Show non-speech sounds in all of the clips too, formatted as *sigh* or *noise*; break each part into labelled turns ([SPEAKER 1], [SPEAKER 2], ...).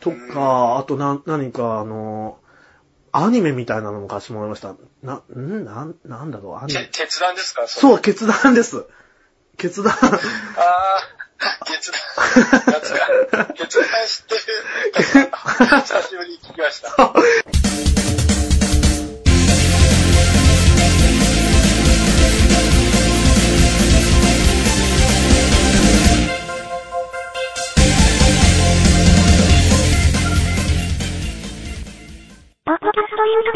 [SPEAKER 1] とか、あとな、何か、あの、アニメみたいなのも貸してもらいました。な、んなん、なんだろう、アニ
[SPEAKER 2] て
[SPEAKER 1] メ。
[SPEAKER 2] 決断ですかう。
[SPEAKER 1] そう、決断です。決
[SPEAKER 2] *laughs*
[SPEAKER 1] 断。
[SPEAKER 2] あー、決
[SPEAKER 1] *laughs*
[SPEAKER 2] 断。夏が、決断してる。久しぶりに聞きました。
[SPEAKER 3] ポッドキャストインタ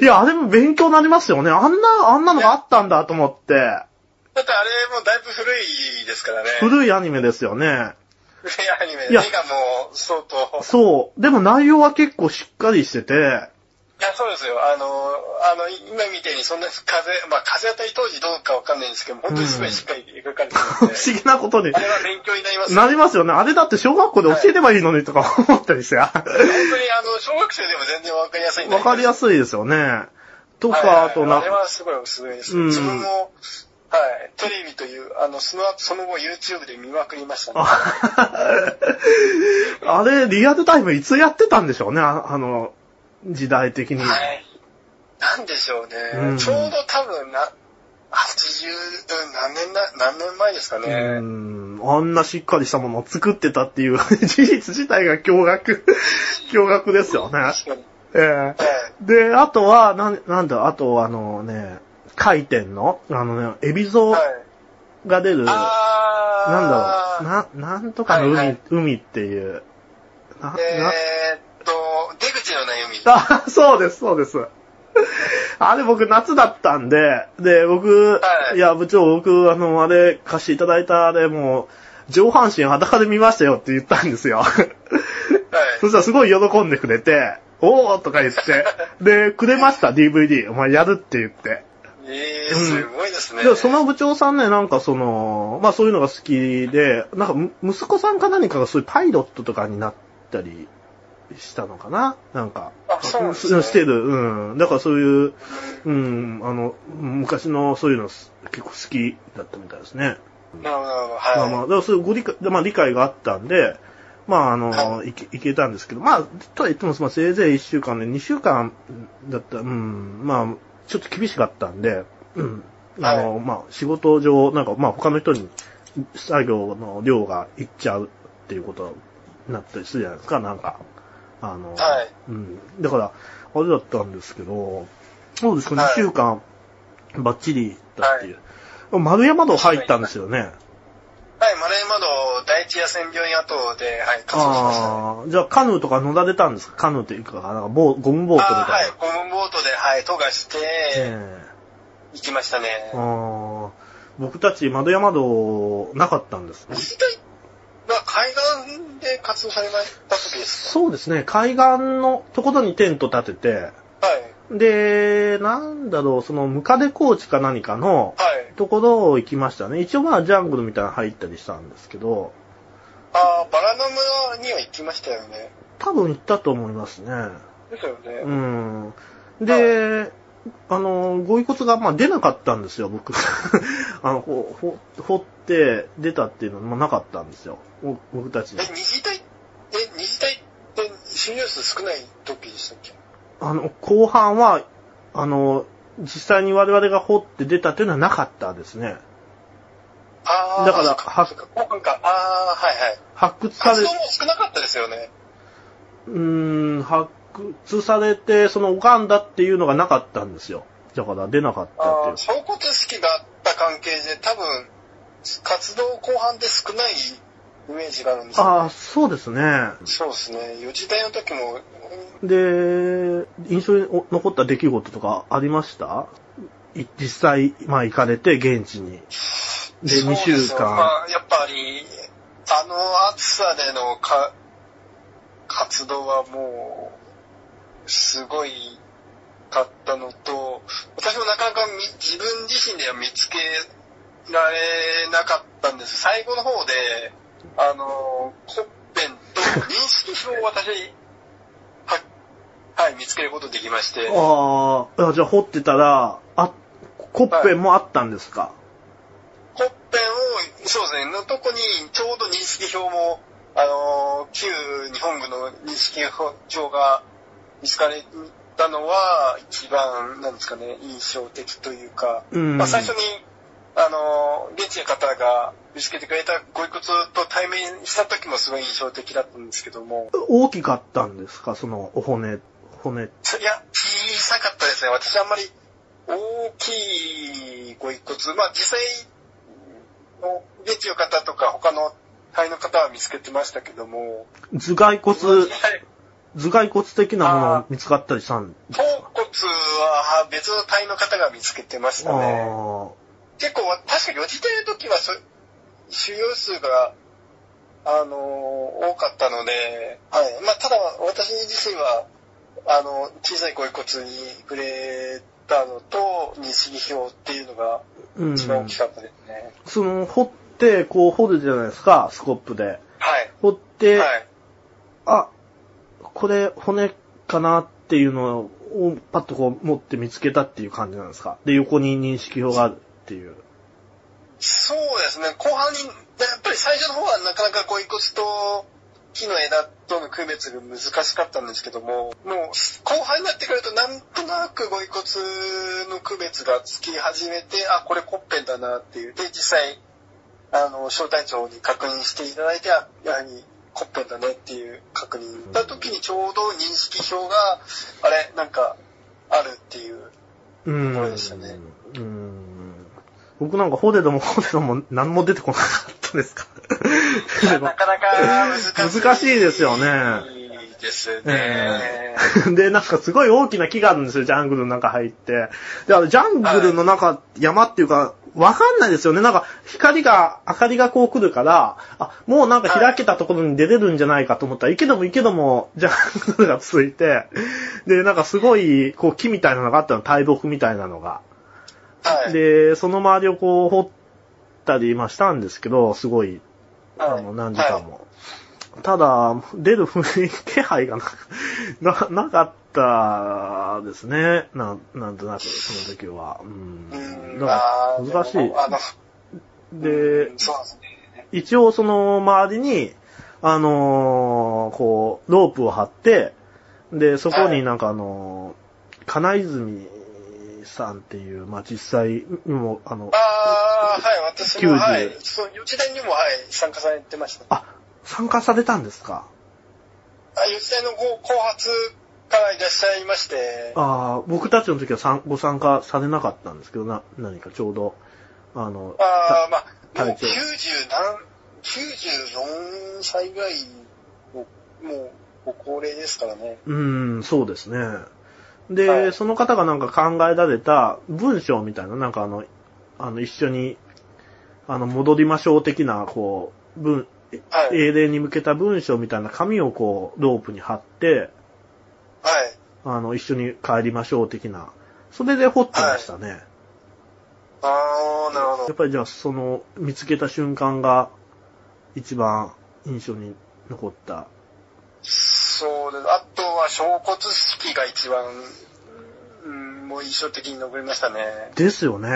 [SPEAKER 3] ビュー。
[SPEAKER 1] いや、あれも勉強になりますよね。あんな、あんなのがあったんだと思って。
[SPEAKER 2] だってあれもうだいぶ古いですからね。古い
[SPEAKER 1] 古いアニメですよね。
[SPEAKER 2] アニメ。
[SPEAKER 1] いや
[SPEAKER 2] 絵がもう相当。
[SPEAKER 1] そう。でも内容は結構しっかりしてて、
[SPEAKER 2] いや、そうですよ。あの、あの、今みたいにそんな風、まあ風当たり当時どうかわかんないんですけど、本当にすごいしっかり描かれて
[SPEAKER 1] 不
[SPEAKER 2] るんで。
[SPEAKER 1] 思議なことに
[SPEAKER 2] あれは勉強になります。
[SPEAKER 1] なりますよね。あれだって小学校で教えればいいのにとか思った
[SPEAKER 2] *laughs*
[SPEAKER 1] りして。
[SPEAKER 2] 本当にあの、小学生でも全然わかりやすいんだ
[SPEAKER 1] わかりや
[SPEAKER 2] い。
[SPEAKER 1] すいですよね。と
[SPEAKER 2] はいはい
[SPEAKER 1] か、あとな
[SPEAKER 2] あれ、はすごいおすすめです。
[SPEAKER 1] うん
[SPEAKER 2] 自分も、はい、テレビという、あの、その後、その後 YouTube で見まくりましたね。
[SPEAKER 1] *laughs* ああれ、リアルタイムいつやってたんでしょうね、ああの、時代的に。
[SPEAKER 2] はい。なんでしょうね。
[SPEAKER 1] うん
[SPEAKER 2] ちょうど多分な、80、何年な、何年前ですかね。
[SPEAKER 1] うーん、あんなしっかりしたものを作ってたっていう *laughs* 事実自体が驚愕、 *laughs* 驚愕ですよね。
[SPEAKER 2] 確かに。
[SPEAKER 1] ええ
[SPEAKER 2] はい
[SPEAKER 1] で、あとは、なん、なんだ、あとあのね、回転の、あのね、エビゾ
[SPEAKER 2] はい。
[SPEAKER 1] が出る、なん
[SPEAKER 2] あ
[SPEAKER 1] だろう、な、なんとかの海、
[SPEAKER 2] はいはい
[SPEAKER 1] 海っていう、な、な、
[SPEAKER 2] えーっと、出口の悩み。は
[SPEAKER 1] あ、そうです、そうです。あれ僕夏だったんで、で、僕、
[SPEAKER 2] はい
[SPEAKER 1] い、や、部長僕、あの、あれ、貸していただいたあれ、もう、上半身裸で見ましたよって言ったん
[SPEAKER 2] *laughs*
[SPEAKER 1] ですよ。そ
[SPEAKER 2] い。
[SPEAKER 1] したらすごい喜んでくれて、おーとか言って、で、くれました、DVD。お前やるって言って。
[SPEAKER 2] えー、すごいですね。
[SPEAKER 1] で、その部長さんね、なんかその、まあそういうのが好きで、なんかむ、息子さんか何かがそういうパイロットとかになったりしたのかななんか。
[SPEAKER 2] あそうなんですね
[SPEAKER 1] してる。うん。だからそういう、
[SPEAKER 2] う
[SPEAKER 1] うん、あの、昔のそういうのす結構好きだったみたいですね。
[SPEAKER 2] んなるほど、なるほど。
[SPEAKER 1] ま
[SPEAKER 2] は
[SPEAKER 1] あ
[SPEAKER 2] い。
[SPEAKER 1] まあ、だからそういうご理解、まあ理解があったんで、まああの、いけ、いけたんですけど、まあ、とは言っても、まあせいぜい1週間で、2週間だったら、うん、まあ、ちょっと厳しかったんで、うん。あの、まあ仕事上、なんかまあ他の人に作業の量がいっちゃうっていうことになったりするじゃないですか、なんか。あの、
[SPEAKER 2] はい
[SPEAKER 1] うん。だから、あれだったんですけど、そうですか、
[SPEAKER 2] はい
[SPEAKER 1] 2週間、バッチリだっていう。丸山道入ったんですよね。
[SPEAKER 2] はい、丸山道第一野戦病院跡で、はい、活動しましたね。
[SPEAKER 1] ああー、じゃあカヌーとか乗られたんですかカヌーっていうか、なんかボーゴムボートみ
[SPEAKER 2] あーは
[SPEAKER 1] たい
[SPEAKER 2] い、ゴムボートで、はい、渡河して、
[SPEAKER 1] な。ね
[SPEAKER 2] 行きましたね。
[SPEAKER 1] えあー僕たち窓山道なかったんです。
[SPEAKER 2] 実際、まあ、海岸で活動された時です
[SPEAKER 1] そうですね、海岸のところにテント立て
[SPEAKER 2] かはい。
[SPEAKER 1] て、で、なんだろう、そのムカデ高地か何かの
[SPEAKER 2] はい。
[SPEAKER 1] ところ行きましたね。一応まあジャングルみたいなの入ったりしたんですけど、
[SPEAKER 2] ああ、バラの村には行きましたよね。
[SPEAKER 1] 多分行ったと思いますね。
[SPEAKER 2] ですよね。
[SPEAKER 1] うん。で、あの、ご遺骨が、まあ、出なかったんですよ、僕。 *laughs* あの、ほ、ほ、掘って出たっていうのもなかったんですよ。お僕たちに
[SPEAKER 2] え、。二次隊、え、二次隊って収容数少ない時でしたっけ
[SPEAKER 1] あの、後半は、あの、実際に我々が掘って出たっていうのはなかったですね。
[SPEAKER 2] ああ、
[SPEAKER 1] だから
[SPEAKER 2] そう
[SPEAKER 1] は
[SPEAKER 2] そうか、後半か。ああ、はいはい。
[SPEAKER 1] 発掘され
[SPEAKER 2] 活、動も少なかったですよね。
[SPEAKER 1] うーん、発掘されて、その、拝んだっていうのがなかったんですよ。だから出なかったってい
[SPEAKER 2] あ
[SPEAKER 1] う
[SPEAKER 2] あ、。総骨式があった関係で多分、活動後半で少ないイメージがあるんですよ
[SPEAKER 1] ああ、そうですね。
[SPEAKER 2] そうですね。四時代の時も、
[SPEAKER 1] で、印象に残った出来事とかありましたい実際、まあ行かれて、現地に。で、
[SPEAKER 2] そう
[SPEAKER 1] 2
[SPEAKER 2] すよ
[SPEAKER 1] 週間。
[SPEAKER 2] まあ、やっぱり、あの暑さでのか活動はもう、すごいかったのと、私もなかなかみ自分自身では見つけられなかったんです。最後の方で、あの、コッペンと認識票を私、は、はい、見つけることできまして、
[SPEAKER 1] あーあ、じゃあ掘ってたら、あ、コッペンもあったんですか、
[SPEAKER 2] コッペンを、そうですね、のとこに、ちょうど認識票もあのー旧日本軍の認識上が見つかれたのは、一番、なんですかね、印象的というか、
[SPEAKER 1] うん
[SPEAKER 2] まあ、最初に、あのー現地の方が見つけてくれたご遺骨と対面した時もすごい印象的だったんですけども、
[SPEAKER 1] 大きかったんですかそのお骨、骨。
[SPEAKER 2] いや、小さかったですね。私あんまり大きいご遺骨、まあ実際の現地の方とか他の隊の方は見つけてましたけども、
[SPEAKER 1] 頭蓋骨、
[SPEAKER 2] 頭
[SPEAKER 1] 頭蓋骨的なもの見つかったりしたんです
[SPEAKER 2] 骨は別の隊の方が見つけてまし
[SPEAKER 1] か
[SPEAKER 2] たね。
[SPEAKER 1] あ
[SPEAKER 2] 結構確か予時隊の時はそ収容数があの多かったので、はい。まあただ私自身はあの、小さいご遺骨に触れたのと、認識票っていうのが
[SPEAKER 1] ーうん。
[SPEAKER 2] 一番大きかったですね。
[SPEAKER 1] その、掘って、こう掘るじゃないですか、スコップで。
[SPEAKER 2] はい。
[SPEAKER 1] 掘って、
[SPEAKER 2] はい。
[SPEAKER 1] あ、これ骨かなっていうのをパッとこう持って見つけたっていう感じなんですかで、横に認識表があるっていう。
[SPEAKER 2] そうですね、後半に、やっぱり最初の方はなかなかご遺骨と木の枝との区別が難しかったんですけども、もう後半になってくるとなんとなくご遺骨の区別がつき始めて、あ、これコッペンだなっていう。で、実際、あの、小隊長に確認していただいて、あやはりコッペンだねっていう確認した時にちょうど認識表が、あれ、なんか、あるっていう。
[SPEAKER 1] うん。
[SPEAKER 2] そうでしたね
[SPEAKER 1] うん。僕なんかホデドもホデドも何も出てこなかったですか *laughs*
[SPEAKER 2] いやなか *laughs* なか難しい。
[SPEAKER 1] 難しいですよね
[SPEAKER 2] いいです
[SPEAKER 1] え
[SPEAKER 2] ね。
[SPEAKER 1] ら *laughs* で、なんかすごい大きな木があるんですよ、ジャングルの中入って。で、あの、ジャングルの中、山っていうか、わかんないですよね。なんか、光が、明かりがこう来るから、あ、もうなんか開けたところに出れるんじゃないかと思ったら、いけどもいけども、ジャングルがついて、で、なんかすごい、こう木みたいなのがあったの、大木みたいなのが。
[SPEAKER 2] はい。
[SPEAKER 1] で、その周りをこう掘ったりまあしたんですけど、すごい、
[SPEAKER 2] は
[SPEAKER 1] あ
[SPEAKER 2] い
[SPEAKER 1] の、何時間。も。ただ、出る雰囲気気配がな、 *laughs* な、なかったですね。なん、なんとなく、その時は。う。
[SPEAKER 2] はいうんん
[SPEAKER 1] だか
[SPEAKER 2] あー
[SPEAKER 1] ら、難し
[SPEAKER 2] でもあの
[SPEAKER 1] い。で
[SPEAKER 2] うん、そうですね。
[SPEAKER 1] 一応その周りに、あのーこう、ロープを張って、で、そこになんかあのー金泉さんっていう、まあ、実際、もう、あの、
[SPEAKER 2] ああ、はい、私も、
[SPEAKER 1] 90
[SPEAKER 2] はい。そう、予知隊にも、はい、参加されてました。
[SPEAKER 1] あ、参加されたんですか
[SPEAKER 2] あ、予知隊の後後発からいらっしゃいまして、
[SPEAKER 1] ああ、僕たちの時はさんご参加されなかったんですけど、な、何かちょうど、あの、
[SPEAKER 2] ああ、まあ、も
[SPEAKER 1] 隊
[SPEAKER 2] う
[SPEAKER 1] 長
[SPEAKER 2] 90何、94歳ぐらいの、もう、ご高齢ですからね。
[SPEAKER 1] うーん、そうですね。で、
[SPEAKER 2] はい
[SPEAKER 1] その方がなんか考えられた文章みたいな、なんかあの、あの、一緒に、あの、戻りましょう的な、こう、文、
[SPEAKER 2] はい。
[SPEAKER 1] 英霊に向けた文章みたいな紙をこう、ロープに貼って、
[SPEAKER 2] はい。
[SPEAKER 1] あの、一緒に帰りましょう的な、それで掘ってましたね。
[SPEAKER 2] ああ、なるほど
[SPEAKER 1] やっ。ぱりじゃあ、その、見つけた瞬間が、一番印象に残った。
[SPEAKER 2] そうです。あとは、小骨式が一番、うん、もう印象的に残りましたね。
[SPEAKER 1] ですよね。